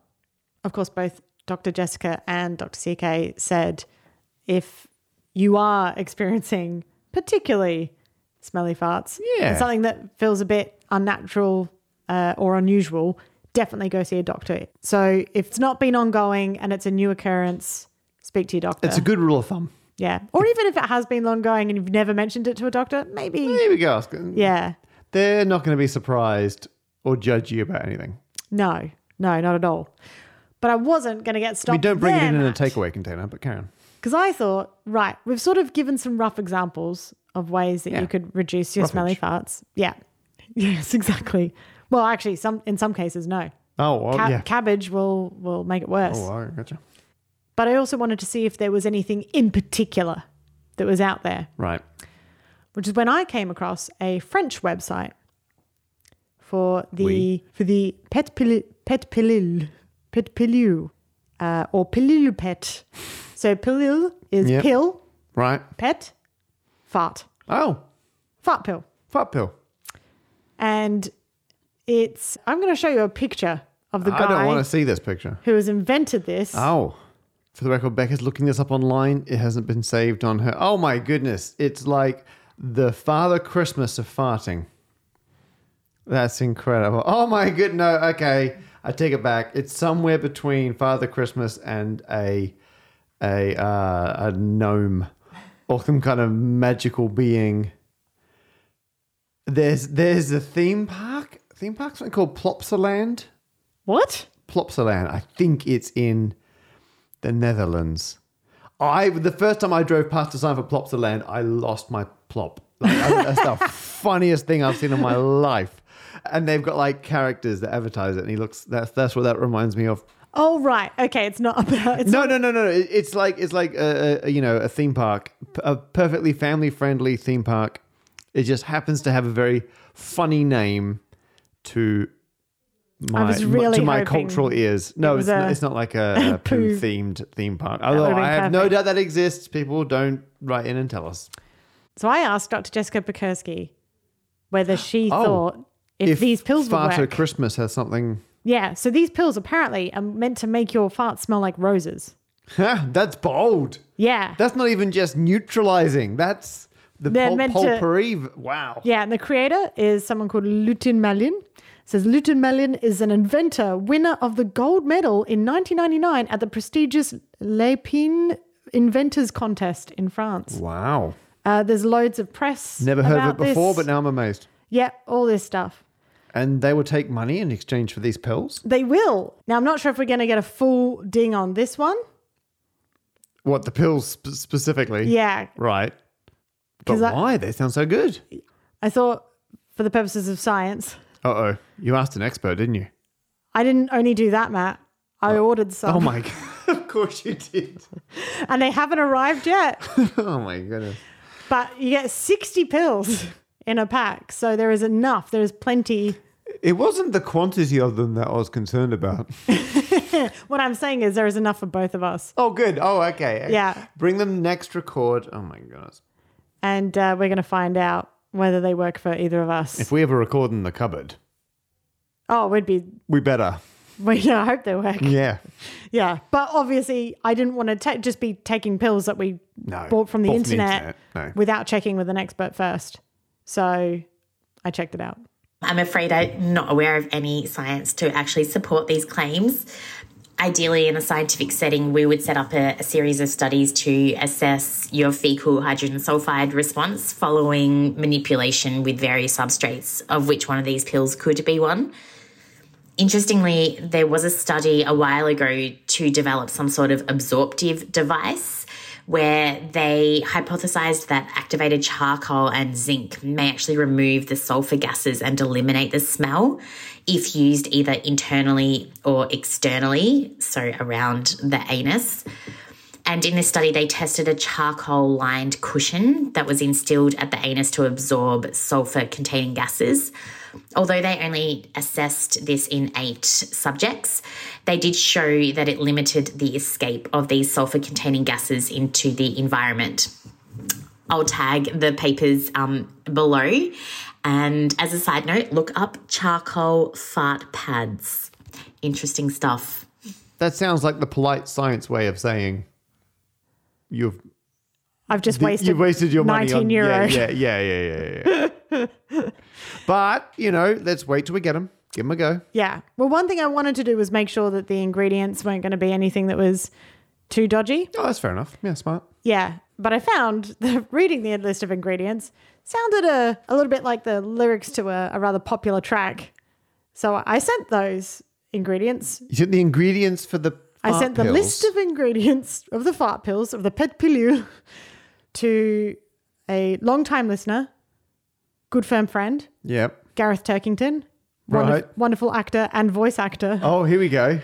Speaker 2: Of course, both Dr. Jessica and Dr. CK said if you are experiencing particularly smelly farts,
Speaker 1: Yeah.
Speaker 2: and something that feels a bit unnatural uh, or unusual, definitely go see a doctor. So if it's not been ongoing and it's a new occurrence, speak to your doctor.
Speaker 1: It's a good rule of thumb.
Speaker 2: yeah. Or even if it has been ongoing and you've never mentioned it to a doctor, maybe.
Speaker 1: Here we go.
Speaker 2: Yeah.
Speaker 1: They're not going to be surprised or judge you about anything.
Speaker 2: No, no, not at all. But I wasn't going to get
Speaker 1: I
Speaker 2: stopped.
Speaker 1: mean, don't bring it in in a
Speaker 2: take.
Speaker 1: takeaway container, but Karen.
Speaker 2: Because I thought, right, we've sort of given some rough examples of ways that
Speaker 1: Yeah.
Speaker 2: you could reduce your smelly
Speaker 1: Roughage.
Speaker 2: farts. Yeah. Yes, exactly. Well, actually, some in some cases, no.
Speaker 1: Oh, well,
Speaker 2: Ca-
Speaker 1: yeah.
Speaker 2: Cabbage will will make it worse.
Speaker 1: oh, I gotcha.
Speaker 2: But I also wanted to see if there was anything in particular that was out there,
Speaker 1: Right.
Speaker 2: which is when I came across a French website for the
Speaker 1: Oui.
Speaker 2: for the pet pili, pet pilule pet pilule uh, or pilule pet. So pilule is
Speaker 1: Yep.
Speaker 2: pill
Speaker 1: Right.
Speaker 2: pet, fart,
Speaker 1: Oh,
Speaker 2: fart pill.
Speaker 1: fat pill.
Speaker 2: And it's, I'm going to show you a picture of the
Speaker 1: I don't
Speaker 2: guy
Speaker 1: want to see this picture.
Speaker 2: who has invented this.
Speaker 1: Oh. For the record, Becca's looking this up online. It hasn't been saved on her. Oh my goodness. It's like the Father Christmas of farting. That's incredible. Oh my good no, okay. I take it back. It's somewhere between Father Christmas and a a uh, a gnome or some kind of magical being. There's there's a theme park. Theme park something called Plopsaland.
Speaker 2: What?
Speaker 1: Plopsaland. I think it's in the Netherlands. I the first time I drove past a sign for Plopsaland, I lost my plop. Like, I- that's the funniest thing I've seen in my life. And they've got like characters that advertise it, and he looks. That's that's what that reminds me of.
Speaker 2: Oh, right. Okay. It's not about, it's
Speaker 1: No, no, no, no, no. It- It's like it's like a, a a, you know a theme park, p- a perfectly family friendly theme park. It just happens to have a very funny name to my
Speaker 2: was really
Speaker 1: to my
Speaker 2: hoping
Speaker 1: cultural ears. No,
Speaker 2: was
Speaker 1: it's, not,
Speaker 2: a-
Speaker 1: it's not like a, a poo
Speaker 2: poo.
Speaker 1: themed theme park. Although
Speaker 2: would've been
Speaker 1: I have no
Speaker 2: perfect.
Speaker 1: doubt that exists. People don't write in and tell us.
Speaker 2: so I asked Dr. Jessica Bukursky whether she
Speaker 1: Oh,
Speaker 2: thought if, these pills would
Speaker 1: Farter
Speaker 2: work.
Speaker 1: Christmas has something.
Speaker 2: yeah. So these pills apparently are meant to make your fart smell like roses.
Speaker 1: Huh, that's bold.
Speaker 2: Yeah.
Speaker 1: That's not even just neutralizing. That's the
Speaker 2: They're
Speaker 1: pul-
Speaker 2: meant to-
Speaker 1: potpourri. Wow.
Speaker 2: Yeah, and the creator is someone called Lutin Malin. It says Lutin Malin is an inventor, winner of the gold medal in 1999 at the prestigious L'Épine Inventors Contest in France.
Speaker 1: Wow.
Speaker 2: Uh, there's loads of press.
Speaker 1: Never heard of it
Speaker 2: about
Speaker 1: before,
Speaker 2: this.
Speaker 1: but now I'm amazed.
Speaker 2: yeah, all this stuff.
Speaker 1: And they will take money in exchange for these pills.
Speaker 2: They will. Now, I'm not sure if we're going to get a full ding on this one.
Speaker 1: What the pills sp- specifically?
Speaker 2: Yeah,
Speaker 1: Right. But
Speaker 2: 'Cause I-
Speaker 1: why? They sound so good.
Speaker 2: I thought for the purposes of science,
Speaker 1: Uh oh. You asked an expert, didn't you?
Speaker 2: I didn't only do that, Matt. I ordered some,
Speaker 1: Oh my god. of course you did.
Speaker 2: and they haven't arrived yet.
Speaker 1: oh my goodness.
Speaker 2: But you get 60 pills in a pack. So there is enough. There is plenty.
Speaker 1: It wasn't the quantity of them that I was concerned about.
Speaker 2: What I'm saying is there is enough for both of us.
Speaker 1: Oh, good. Oh, okay.
Speaker 2: Yeah.
Speaker 1: Bring them next record. Oh my goodness.
Speaker 2: And uh, we're going to find out whether they work for either of us.
Speaker 1: If we ever record in the cupboard,
Speaker 2: oh, we'd be,
Speaker 1: we better.
Speaker 2: we, yeah, I hope they work.
Speaker 1: Yeah.
Speaker 2: Yeah. But obviously, I didn't want to ta- just be taking pills that we
Speaker 1: No.
Speaker 2: bought from the
Speaker 1: Bought from the
Speaker 2: internet,
Speaker 1: internet, no.
Speaker 2: without checking with an expert first. So I checked it out.
Speaker 3: I'm afraid I'm not aware of any science to actually support these claims. Ideally, in a scientific setting, we would set up a, a series of studies to assess your fecal hydrogen sulfide response following manipulation with various substrates, of which one of these pills could be one. Interestingly, there was a study a while ago to develop some sort of absorptive device where they hypothesized that activated charcoal and zinc may actually remove the sulfur gases and eliminate the smell if used either internally or externally, so around the anus. And in this study, they tested a charcoal lined cushion that was instilled at the anus to absorb sulfur containing gases. Although they only assessed this in eight subjects, they did show that it limited the escape of these sulfur containing gases into the environment. I'll tag the papers um, below. And as a side note, look up charcoal fart pads. Interesting stuff.
Speaker 1: That sounds like the polite science way of saying you've
Speaker 2: I've just
Speaker 1: the-
Speaker 2: wasted,
Speaker 1: you've wasted your
Speaker 2: 19
Speaker 1: money on
Speaker 2: euro.
Speaker 1: Yeah, yeah, yeah, yeah, yeah. yeah. but you know, let's wait till we get them. Give them a go.
Speaker 2: Yeah. Well, one thing I wanted to do was make sure that the ingredients weren't going to be anything that was too dodgy.
Speaker 1: Oh, that's fair enough. Yeah, smart.
Speaker 2: Yeah. But I found that reading the list of ingredients sounded a, a little bit like the lyrics to a, a rather popular track. So I sent those ingredients.
Speaker 1: You sent the ingredients for the.
Speaker 2: I sent the list of ingredients of the fart pills, of the pet pilule, to a longtime listener, good firm friend,
Speaker 1: Yep.
Speaker 2: Gareth Turkington, wonderf-
Speaker 1: Right.
Speaker 2: wonderful actor and voice actor,
Speaker 1: Oh, here we go.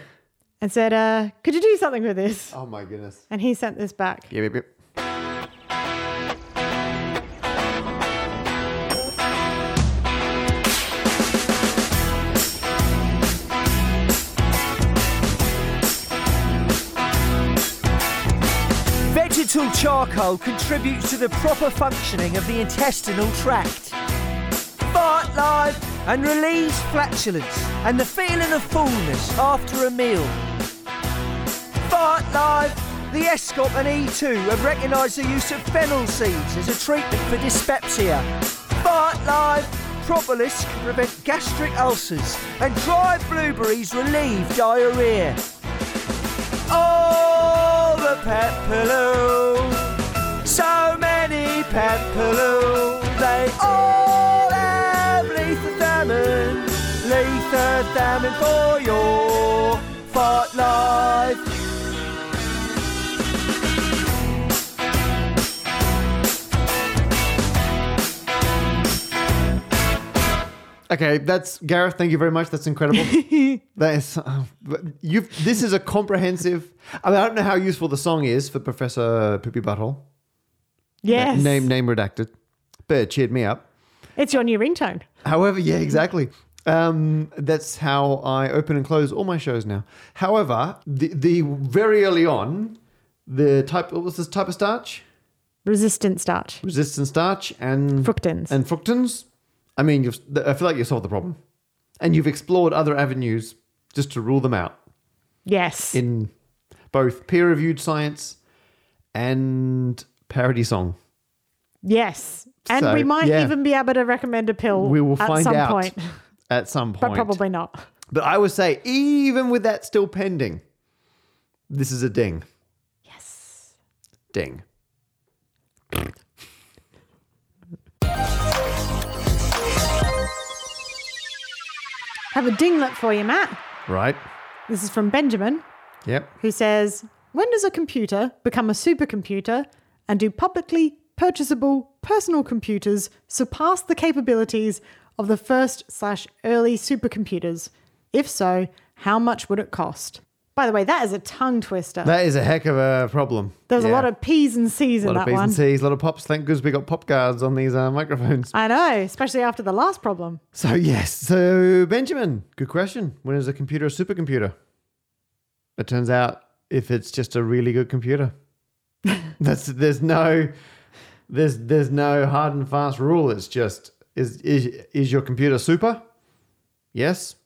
Speaker 2: and said, uh, Could you do something with this?
Speaker 1: Oh my goodness.
Speaker 2: And he sent this back.
Speaker 1: Yep, yep, yep.
Speaker 4: Vegetal charcoal contributes to the proper functioning of the intestinal tract. Fart live and relieves flatulence and the feeling of fullness after a meal. Fart live, the ESCOP and E2 have recognised the use of fennel seeds as a treatment for dyspepsia. Fart live, propolis can prevent gastric ulcers and dried blueberries relieve diarrhoea. Oh, the pet pillow. So many pet pillow. They all have lethathamin. Lethathamin for your fart life.
Speaker 1: Okay, that's Gareth. Thank you very much. That's incredible. that is, you. have This is a comprehensive. I, mean, I don't know how useful the song is for Professor Poopy Butthole.
Speaker 2: Yes.
Speaker 1: Name name redacted, but it cheered me up.
Speaker 2: It's your new ringtone.
Speaker 1: However, yeah, exactly. Um, that's how I open and close all my shows now. However, the, the very early on, the type what was this type of starch?
Speaker 2: Resistant starch.
Speaker 1: Resistant starch and
Speaker 2: Fructans.
Speaker 1: and fructans. I mean, you've, I feel like you solved the problem, and you've explored other avenues just to rule them out
Speaker 2: yes.
Speaker 1: in both peer-reviewed science and parody song.
Speaker 2: yes. And
Speaker 1: So,
Speaker 2: we might
Speaker 1: yeah.
Speaker 2: even be able to recommend a pill
Speaker 1: We will
Speaker 2: at
Speaker 1: find
Speaker 2: some
Speaker 1: out
Speaker 2: point,
Speaker 1: at some point,
Speaker 2: but probably not.
Speaker 1: But I would say, even with that still pending, this is a ding.
Speaker 2: Yes.
Speaker 1: Ding.
Speaker 2: Have a dinglet for you, Matt.
Speaker 1: Right?
Speaker 2: This is from Benjamin,
Speaker 1: Yep.
Speaker 2: who says When does a computer become a supercomputer and do publicly purchasable personal computers surpass the capabilities of the first slash early supercomputers? If so, how much would it cost? By the way, that is a tongue twister.
Speaker 1: That is a heck of a problem.
Speaker 2: There's a
Speaker 1: Yeah.
Speaker 2: lot of P's and C's
Speaker 1: a
Speaker 2: in
Speaker 1: lot of
Speaker 2: that
Speaker 1: B's
Speaker 2: one.
Speaker 1: and C's, a lot of pops. Thank goodness we got pop guards on these uh, microphones.
Speaker 2: I know, especially after the last problem.
Speaker 1: So yes, so Benjamin, good question. When is a computer a supercomputer? It turns out if it's just a really good computer, that's there's no there's there's no hard and fast rule. It's just is is is your computer super? Yes,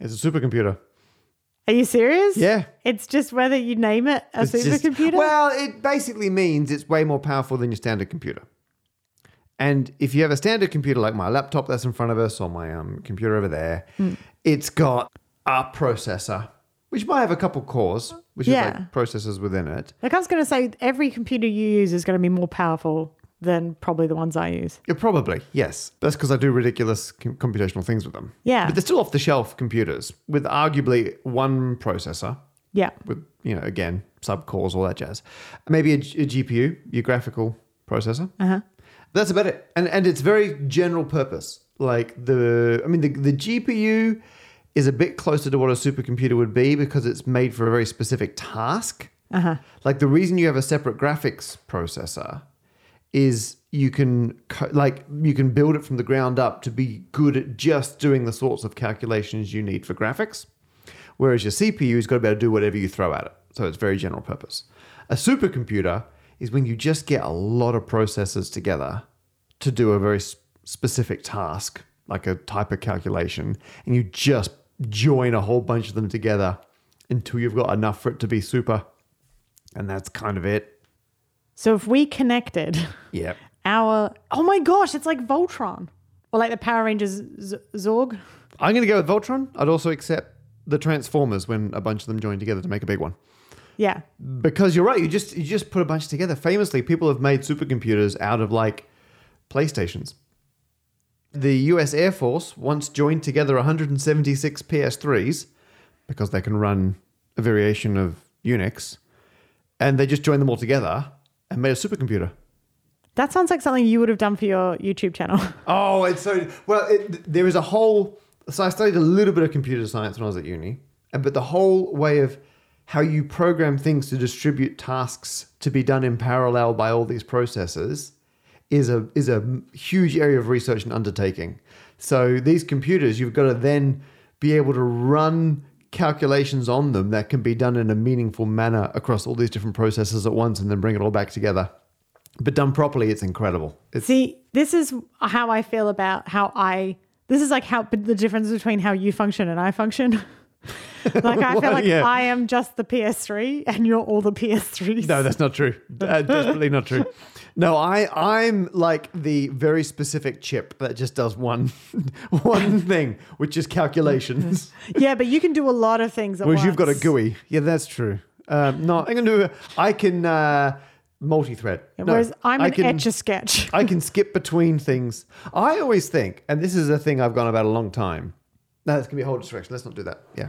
Speaker 1: it's a supercomputer.
Speaker 2: Are you serious?
Speaker 1: Yeah.
Speaker 2: It's just whether you name it a
Speaker 1: It's just-
Speaker 2: supercomputer.
Speaker 1: Well, it basically means it's way more powerful than your standard computer. And if you have a standard computer like my laptop that's in front of us or my um, computer over there,
Speaker 2: Hmm.
Speaker 1: it's got a processor, which might have a couple cores, which is
Speaker 2: Yeah.
Speaker 1: like processors within it.
Speaker 2: like I was going to say, every computer you use is going to be more powerful than probably the ones I use.
Speaker 1: Yeah, probably, yes. That's because I do ridiculous com- computational things with them.
Speaker 2: Yeah.
Speaker 1: But they're still off the shelf computers with arguably one processor.
Speaker 2: Yeah.
Speaker 1: with you know again sub cores all that jazz maybe a, G- a gpu your graphical processor uh-huh. that's about it and and it's very general purpose like the i mean the, the gpu is a bit closer to what a supercomputer would be because it's made for a very specific task uh-huh. like the reason you have a separate graphics processor is you can co- like you can build it from the ground up to be good at just doing the sorts of calculations you need for graphics whereas your CPU has got to be able to do whatever you throw at it. So it's very general purpose. A supercomputer is when you just get a lot of processors together to do a very s- specific task, like a type of calculation, and you just join a whole bunch of them together until you've got enough for it to be super. And that's kind of it.
Speaker 2: So if we connected
Speaker 1: Yep.
Speaker 2: our, oh my gosh, it's like Voltron or like the Power Rangers Z- Zorg.
Speaker 1: I'm going to go with Voltron. I'd also accept the Transformers when a bunch of them join together to make a big one.
Speaker 2: Yeah.
Speaker 1: Because you're right, you just you just put a bunch together. Famously, people have made supercomputers out of like PlayStations. The US Air Force once joined together 176 PS3s because they can run a variation of Unix, and they just joined them all together and made a supercomputer.
Speaker 2: That sounds like something you would have done for your YouTube channel.
Speaker 1: Oh, it's so well. It, there is a whole. So I studied a little bit of computer science when I was at uni, and but the whole way of how you program things to distribute tasks to be done in parallel by all these processes is a is a huge area of research and undertaking. So these computers, you've got to then be able to run calculations on them that can be done in a meaningful manner across all these different processes at once, and then bring it all back together. But done properly, it's incredible. It's
Speaker 2: See, this is how I feel about how I. This is like how the difference between how you function and I function. like I feel
Speaker 1: Well,
Speaker 2: like
Speaker 1: yeah.
Speaker 2: I am just the PS3 and you're all the PS3s.
Speaker 1: No, that's not true. Uh, desperately not true. No, I I'm like the very specific chip that just does one one thing, which is calculations.
Speaker 2: yeah, but you can do a lot of things at
Speaker 1: Whereas you've got a
Speaker 2: once.
Speaker 1: GUI. Yeah, that's true. Um, no, I'm gonna do. I can uh, multi-thread. No,
Speaker 2: Whereas I'm
Speaker 1: I
Speaker 2: an
Speaker 1: can,
Speaker 2: etch a sketch.
Speaker 1: I can skip between things. I always think, and this is a thing I've gone about a long time. No, that's gonna be a whole distraction. Let's not do that. Yeah.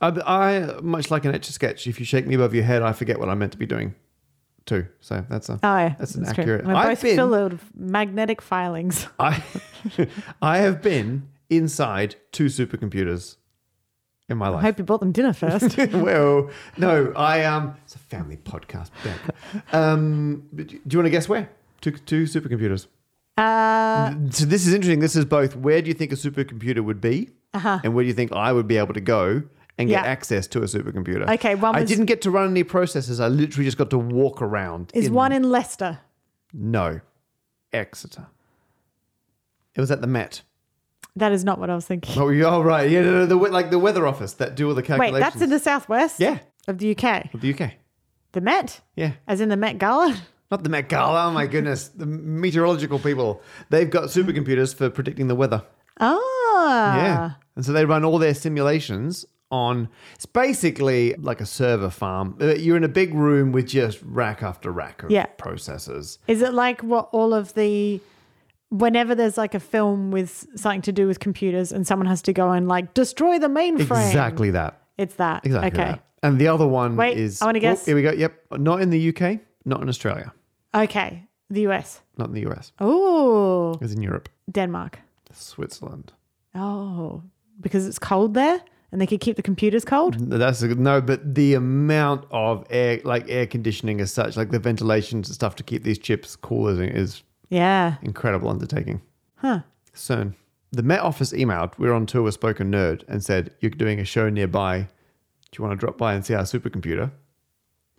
Speaker 1: I, I much like an etch a sketch. If you shake me above your head, I forget what I'm meant to be doing, too. So that's a
Speaker 2: Oh, yeah.
Speaker 1: that's an
Speaker 2: true.
Speaker 1: accurate.
Speaker 2: We're
Speaker 1: I've
Speaker 2: both
Speaker 1: been-
Speaker 2: filled with magnetic filings.
Speaker 1: I I have been inside two supercomputers in my
Speaker 2: I
Speaker 1: life.
Speaker 2: hope you bought them dinner first.
Speaker 1: well, no, I um, it's a family podcast. Beck. Um, but do you want to guess where? Two two supercomputers.
Speaker 2: uh,
Speaker 1: So this is interesting. This is both where do you think a supercomputer would be, and where do you think I would be able to go and get
Speaker 2: Uh-huh. Yeah.
Speaker 1: access to a supercomputer?
Speaker 2: Okay, one
Speaker 1: I
Speaker 2: was-
Speaker 1: didn't get to run any processes. I literally just got to walk around.
Speaker 2: is one in Leicester?
Speaker 1: no Exeter? It was at the Met.
Speaker 2: That is not what I was thinking.
Speaker 1: Oh, you are right. Yeah, no, no, the, we- like the weather office that do all the
Speaker 2: Wait,
Speaker 1: calculations.
Speaker 2: that's in the southwest.
Speaker 1: yeah,
Speaker 2: Of the UK,
Speaker 1: of the UK.
Speaker 2: the Met,
Speaker 1: Yeah,
Speaker 2: as in the Met Gala.
Speaker 1: not the Met Gala. Oh my goodness, the meteorological people. They've got supercomputers for predicting the weather.
Speaker 2: Ah,
Speaker 1: Yeah. And so they run all their simulations on it's basically like a server farm. Uh, You're in a big room with just rack after rack of
Speaker 2: Yeah.
Speaker 1: processors.
Speaker 2: Is it like what all of the whenever there's like a film with something to do with computers and someone has to go and like destroy the mainframe?
Speaker 1: Exactly that.
Speaker 2: It's that.
Speaker 1: Exactly
Speaker 2: Okay.
Speaker 1: that. And the other one
Speaker 2: Wait,
Speaker 1: is
Speaker 2: I wanna
Speaker 1: Oh,
Speaker 2: guess.
Speaker 1: here we go. Yep. Not in the UK, not in Australia,
Speaker 2: Okay. The US.
Speaker 1: not in the US.
Speaker 2: Oh,
Speaker 1: It's in Europe,
Speaker 2: Denmark.
Speaker 1: Switzerland.
Speaker 2: Oh, because it's cold there and they could keep the computers cold.
Speaker 1: That's a, no, but the amount of air, like air conditioning as such, like the ventilations and stuff to keep these chips cool is, is
Speaker 2: Yeah.
Speaker 1: incredible undertaking.
Speaker 2: Huh.
Speaker 1: CERN. The Met Office emailed, we were on tour with Spoken Nerd, and said, You're doing a show nearby. Do you want to drop by and see our supercomputer?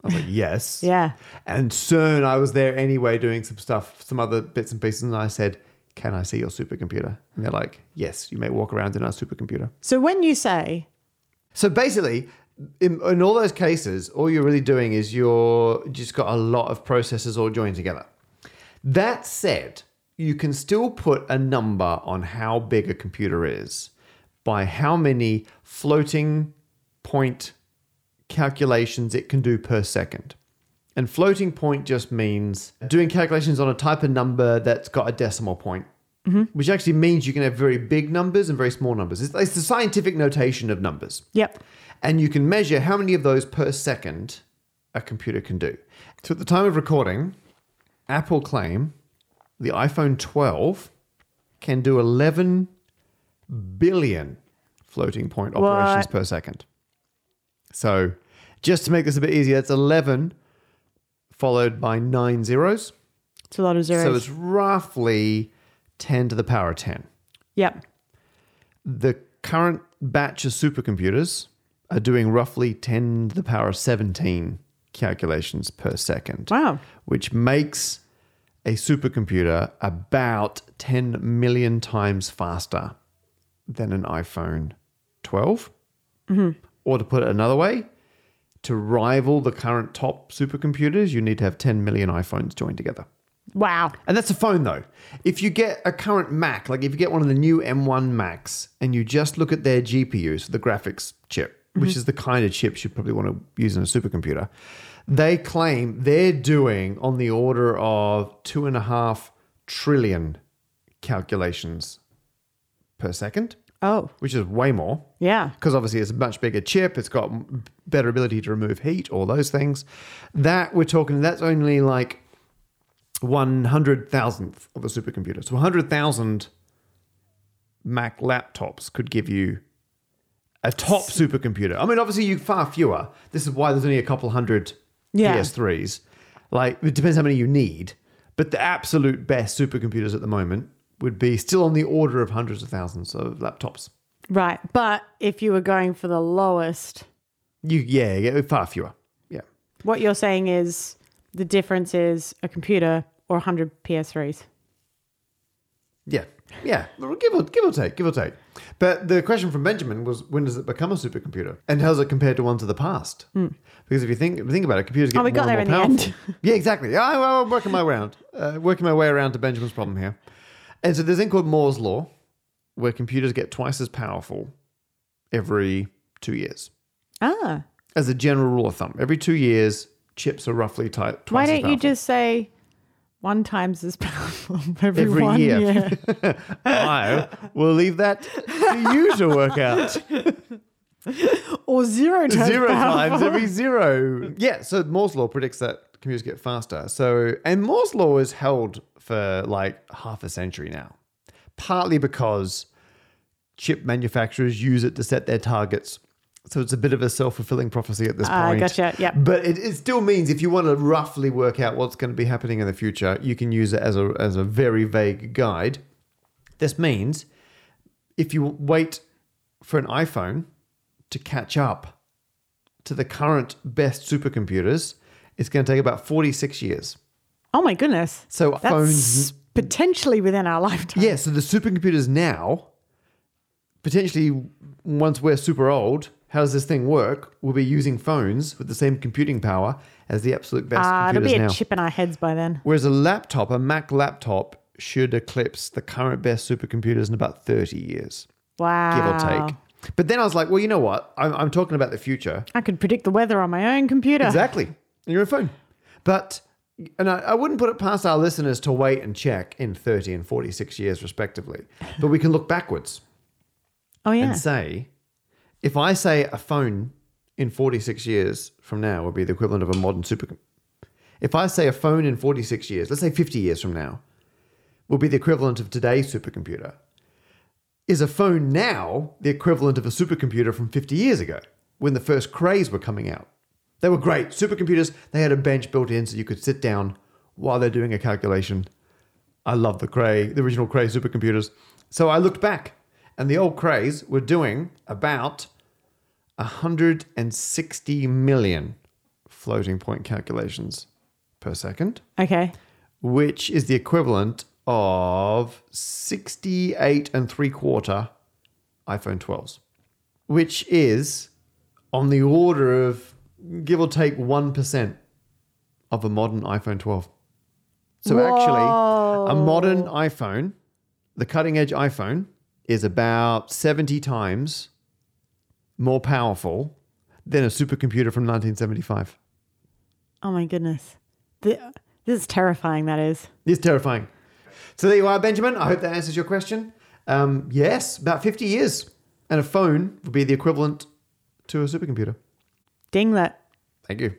Speaker 1: I was like, Yes.
Speaker 2: Yeah.
Speaker 1: And soon I was there anyway doing some stuff, some other bits and pieces. And I said, Can I see your supercomputer? And they're like, Yes, you may walk around in our supercomputer.
Speaker 2: So when you say,
Speaker 1: So basically, in, in all those cases, all you're really doing is you're just got a lot of processes all joined together. That said, you can still put a number on how big a computer is by how many floating point calculations it can do per second. And floating point just means doing calculations on a type of number that's got a decimal point, which actually means you can have very big numbers and very small numbers. It's, it's the scientific notation of numbers.
Speaker 2: yep,
Speaker 1: And you can measure how many of those per second a computer can do. So at the time of recording, Apple claim the iPhone 12 can do 11 billion floating point operations
Speaker 2: What?
Speaker 1: per second. So just to make this a bit easier, it's 11 followed by nine zeros.
Speaker 2: it's a lot of zeros.
Speaker 1: So it's roughly 10 to the power of 10
Speaker 2: yep.
Speaker 1: the current batch of supercomputers are doing roughly 10 to the power of 17 calculations per second.
Speaker 2: Wow.
Speaker 1: Which makes a supercomputer about 10 million times faster than an iPhone 12. Or to put it another way, to rival the current top supercomputers, you need to have 10 million iPhones joined together.
Speaker 2: Wow.
Speaker 1: And that's a phone though. If you get a current Mac, like if you get one of the new M1 Macs and you just look at their GPUs, so the graphics chip, which is the kind of chips you probably want to use in a supercomputer, they claim they're doing on the order of two and a half trillion calculations per second,
Speaker 2: Oh,
Speaker 1: which is way more
Speaker 2: yeah.
Speaker 1: because obviously it's a much bigger chip. It's got m- better ability to remove heat, all those things. That we're talking, that's only like one hundred thousandth of a supercomputer. So one hundred thousand Mac laptops could give you a top supercomputer. I mean, obviously you far fewer. This is why there's only a couple hundred
Speaker 2: Yeah.
Speaker 1: PS3s. Like it depends how many you need, but the absolute best supercomputers at the moment would be still on the order of hundreds of thousands of laptops.
Speaker 2: Right. But if you were going for the lowest,
Speaker 1: You yeah, yeah, far fewer. Yeah.
Speaker 2: what you're saying is the difference is a computer or 100 PS3s.
Speaker 1: Yeah. Yeah. Give or give or take, give or take. But the question from Benjamin was when does it become a supercomputer? And how's it compared to ones of the past? Because if you think if you think about it, computers get
Speaker 2: Hmm. Oh, we
Speaker 1: more
Speaker 2: got
Speaker 1: and
Speaker 2: there
Speaker 1: more
Speaker 2: in the
Speaker 1: powerful. yeah, exactly. Yeah, I, am working my way around. Uh, working my way around to Benjamin's problem here. And so there's a thing called Moore's Law, where computers get twice as powerful every two years.
Speaker 2: Ah.
Speaker 1: As a general rule of thumb. Every two years, chips are roughly ti- twice
Speaker 2: Why
Speaker 1: as
Speaker 2: don't you
Speaker 1: powerful.
Speaker 2: just say one times as powerful every,
Speaker 1: every
Speaker 2: one
Speaker 1: year. I will leave that to you to work out.
Speaker 2: Or zero times.
Speaker 1: Zero
Speaker 2: powerful.
Speaker 1: times every zero. Yeah, so Moore's Law predicts that computers get faster. So, and Moore's Law is held for like half a century now, partly because chip manufacturers use it to set their targets. So it's a bit of a self-fulfilling prophecy at this point.
Speaker 2: Ah, gotcha. Yep.
Speaker 1: But it, it still means if you want to roughly work out what's going to be happening in the future, you can use it as a as a very vague guide. This means if you wait for an iPhone to catch up to the current best supercomputers, it's going to take about 46 years.
Speaker 2: Oh my goodness.
Speaker 1: So
Speaker 2: That's
Speaker 1: phones
Speaker 2: potentially within our lifetime.
Speaker 1: yeah, so the supercomputers now, potentially once we're super old, how does this thing work? We'll be using phones with the same computing power as the absolute best
Speaker 2: Ah, it'll
Speaker 1: computers
Speaker 2: be a
Speaker 1: now.
Speaker 2: chip in our heads by then.
Speaker 1: Whereas a laptop, a Mac laptop, should eclipse the current best supercomputers in about 30 years,
Speaker 2: Wow.
Speaker 1: give
Speaker 2: Ah.
Speaker 1: or take. But then I was like, well, you know what? I'm, I'm talking about the future.
Speaker 2: I could predict the weather on my own computer.
Speaker 1: Exactly. And your own phone. But and I, I wouldn't put it past our listeners to wait and check in 30 and 46 years respectively. But we can look backwards
Speaker 2: Oh yeah.
Speaker 1: and say if I say a phone in 46 years from now would be the equivalent of a modern supercomputer. If I say a phone in 46 years, let's say 50 years from now, will be the equivalent of today's supercomputer. Is a phone now the equivalent of a supercomputer from 50 years ago when the first craze were coming out? They were great. Supercomputers, they had a bench built in so you could sit down while they're doing a calculation. I love the Cray, the original Cray supercomputers. So I looked back and the old Crays were doing about 160 million floating point calculations per second,
Speaker 2: Okay.
Speaker 1: which is the equivalent of 68 and three quarter iPhone 12s, which is on the order of give or take 1% of a modern iPhone 12. So actually, a modern iPhone, the cutting edge iPhone, is about 70 times more powerful than a supercomputer from 1975.
Speaker 2: Oh my goodness. Th- This is terrifying, that is.
Speaker 1: It's terrifying. So there you are, Benjamin. I hope that answers your question. Um, yes, about 50 years. And a phone would be the equivalent to a supercomputer.
Speaker 2: Ding that.
Speaker 1: Thank you.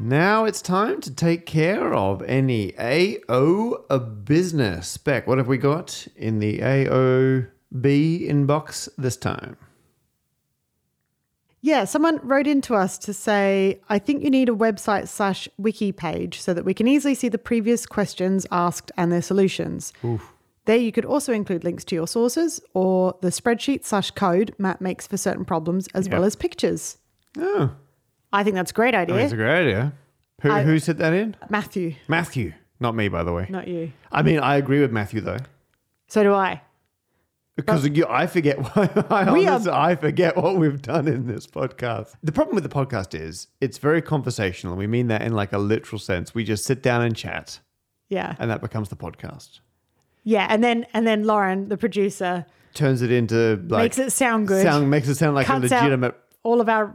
Speaker 1: Now it's time to take care of any AO a business spec. What have we got in the AOB inbox this time?
Speaker 2: Yeah, someone wrote into us to say, I think you need a website slash wiki page so that we can easily see the previous questions asked and their solutions. There, you could also include links to your sources or the spreadsheet slash code Matt makes for certain problems, as well as pictures.
Speaker 1: Oh,
Speaker 2: I think that's a great idea.
Speaker 1: that's a great idea. Who, who said that in?
Speaker 2: Matthew,
Speaker 1: Matthew. Not me, by the way.
Speaker 2: not you.
Speaker 1: I mean, I agree with Matthew, though.
Speaker 2: So do I.
Speaker 1: Because you, I forget what I,
Speaker 2: We are-
Speaker 1: honestly, I forget what we've done in this podcast. The problem with the podcast is it's very conversational. We mean that in like a literal sense. We just sit down and chat,
Speaker 2: Yeah.
Speaker 1: and that becomes the podcast.
Speaker 2: Yeah. And then, and then Lauren, the producer,
Speaker 1: Turns it into like
Speaker 2: makes it sound good.
Speaker 1: sound makes it sound like a
Speaker 2: Cuts out
Speaker 1: legitimate
Speaker 2: all of our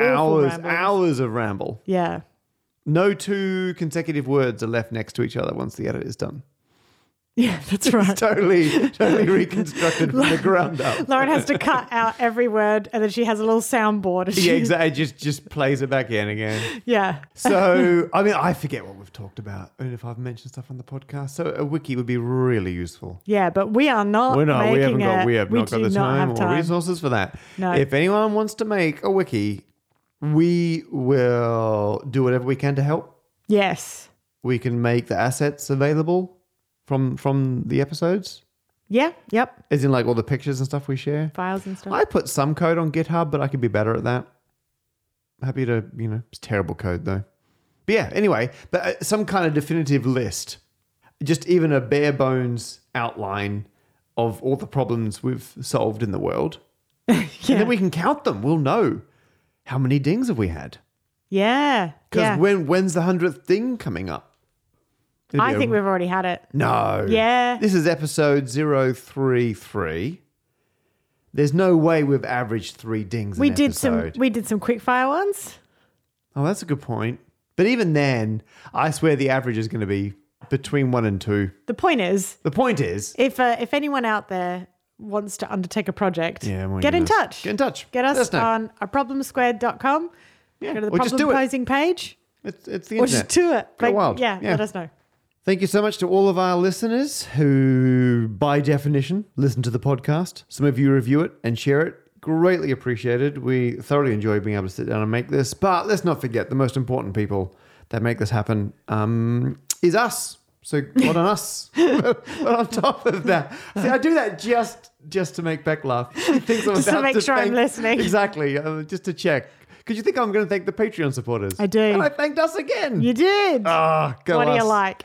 Speaker 2: awful
Speaker 1: hours
Speaker 2: rambles.
Speaker 1: hours of ramble.
Speaker 2: Yeah.
Speaker 1: No two consecutive words are left next to each other once the edit is done.
Speaker 2: Yeah, that's right.
Speaker 1: Totally, totally reconstructed from the ground up.
Speaker 2: Lauren has to cut out every word and then she has a little soundboard. and
Speaker 1: Yeah,
Speaker 2: she-
Speaker 1: exactly. It Just just plays it back in again.
Speaker 2: Yeah.
Speaker 1: So, I mean, I forget what we've talked about and if I've mentioned stuff on the podcast. So, a wiki would be really useful.
Speaker 2: Yeah, but we are not.
Speaker 1: We're not, we haven't
Speaker 2: making
Speaker 1: got,
Speaker 2: a-
Speaker 1: we have not got
Speaker 2: do
Speaker 1: the time,
Speaker 2: have
Speaker 1: or resources for that.
Speaker 2: No.
Speaker 1: If anyone wants to make a wiki, we will do whatever we can to help.
Speaker 2: Yes.
Speaker 1: We can make the assets available from from the episodes,
Speaker 2: Yeah. Yep.
Speaker 1: as in like all the pictures and stuff we share.
Speaker 2: Files and stuff.
Speaker 1: I put some code on GitHub, but I could be better at that. Happy to, you know, it's terrible code though. But yeah, anyway, but uh, some kind of definitive list, just even a bare bones outline of all the problems we've solved in the world. And then we can count them. We'll know how many dings have we had.
Speaker 2: yeah.
Speaker 1: Because
Speaker 2: Yeah.
Speaker 1: when when's the hundredth ding coming up? It'll
Speaker 2: I
Speaker 1: be a-
Speaker 2: think we've already had it.
Speaker 1: no.
Speaker 2: Yeah.
Speaker 1: This is episode 033. There's no way we've averaged three dings.
Speaker 2: We
Speaker 1: an
Speaker 2: did some.
Speaker 1: episode.
Speaker 2: We did some quickfire ones.
Speaker 1: Oh, that's a good point. But even then, I swear the average is going to be between one and two.
Speaker 2: The point is,
Speaker 1: The point is,
Speaker 2: if uh, if anyone out there wants to undertake a project,
Speaker 1: Yeah, my
Speaker 2: get in
Speaker 1: goodness.
Speaker 2: touch.
Speaker 1: Get in touch.
Speaker 2: Get
Speaker 1: Let
Speaker 2: us
Speaker 1: us know.
Speaker 2: on a problemsquared.com.
Speaker 1: Yeah,
Speaker 2: Go to the
Speaker 1: or just do
Speaker 2: problem
Speaker 1: it.
Speaker 2: posing page.
Speaker 1: it's, it's the
Speaker 2: Or
Speaker 1: internet.
Speaker 2: just do it.
Speaker 1: Go
Speaker 2: Like,
Speaker 1: wild.
Speaker 2: Yeah,
Speaker 1: Yeah.
Speaker 2: Let us know.
Speaker 1: Thank you so much to all of our listeners who, by definition, listen to the podcast. Some of you review it and share it. Greatly appreciated. We thoroughly enjoy being able to sit down and make this. But let's not forget the most important people that make this happen um, is us. So what on us? but on top of that, see, I do that just just to make Beck laugh. She thinks I'm
Speaker 2: Just to
Speaker 1: about
Speaker 2: make sure I'm
Speaker 1: thank-
Speaker 2: listening.
Speaker 1: Exactly, uh, just to check. Because you think I'm going to thank the Patreon supporters?
Speaker 2: I do.
Speaker 1: And I thanked us again.
Speaker 2: You did.
Speaker 1: Ah, go
Speaker 2: what do you
Speaker 1: us.
Speaker 2: like?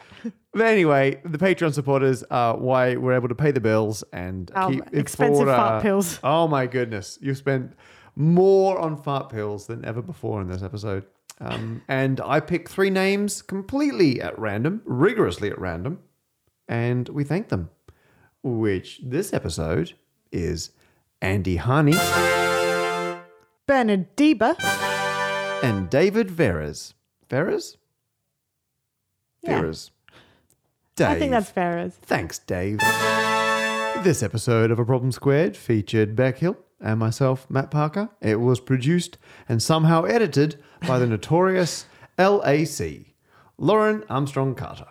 Speaker 1: But anyway, the Patreon supporters are why we're able to pay the bills and
Speaker 2: Our
Speaker 1: keep it
Speaker 2: expensive
Speaker 1: forward,
Speaker 2: fart
Speaker 1: uh,
Speaker 2: pills.
Speaker 1: Oh my goodness, you spent more on fart pills than ever before in this episode. Um, and I pick three names completely at random, rigorously at random, and we thank them. Which this episode is Andy Harney
Speaker 2: Bernard Deba.
Speaker 1: and David Veras. Veras?
Speaker 2: Yeah.
Speaker 1: Veras. Dave.
Speaker 2: I think that's fair as.
Speaker 1: Thanks, Dave. This episode of A Problem Squared featured Beck Hill and myself, Matt Parker. It was produced and somehow edited by the notorious LAC, Lauren Armstrong Carter.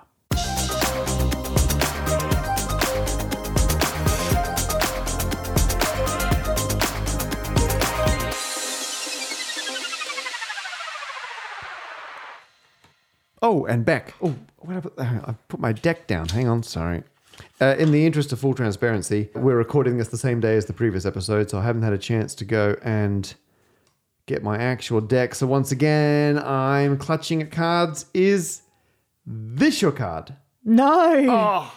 Speaker 1: uh, Oh, and Beck. Oh, what I put, I put my deck down. Hang on, sorry. Uh, in the interest of full transparency, we're recording this the same day as the previous episode, so I haven't had a chance to go and get my actual deck. So once again, I'm clutching at cards. Is this your card?
Speaker 2: No.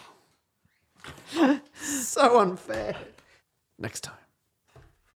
Speaker 1: Oh, So unfair. Next time.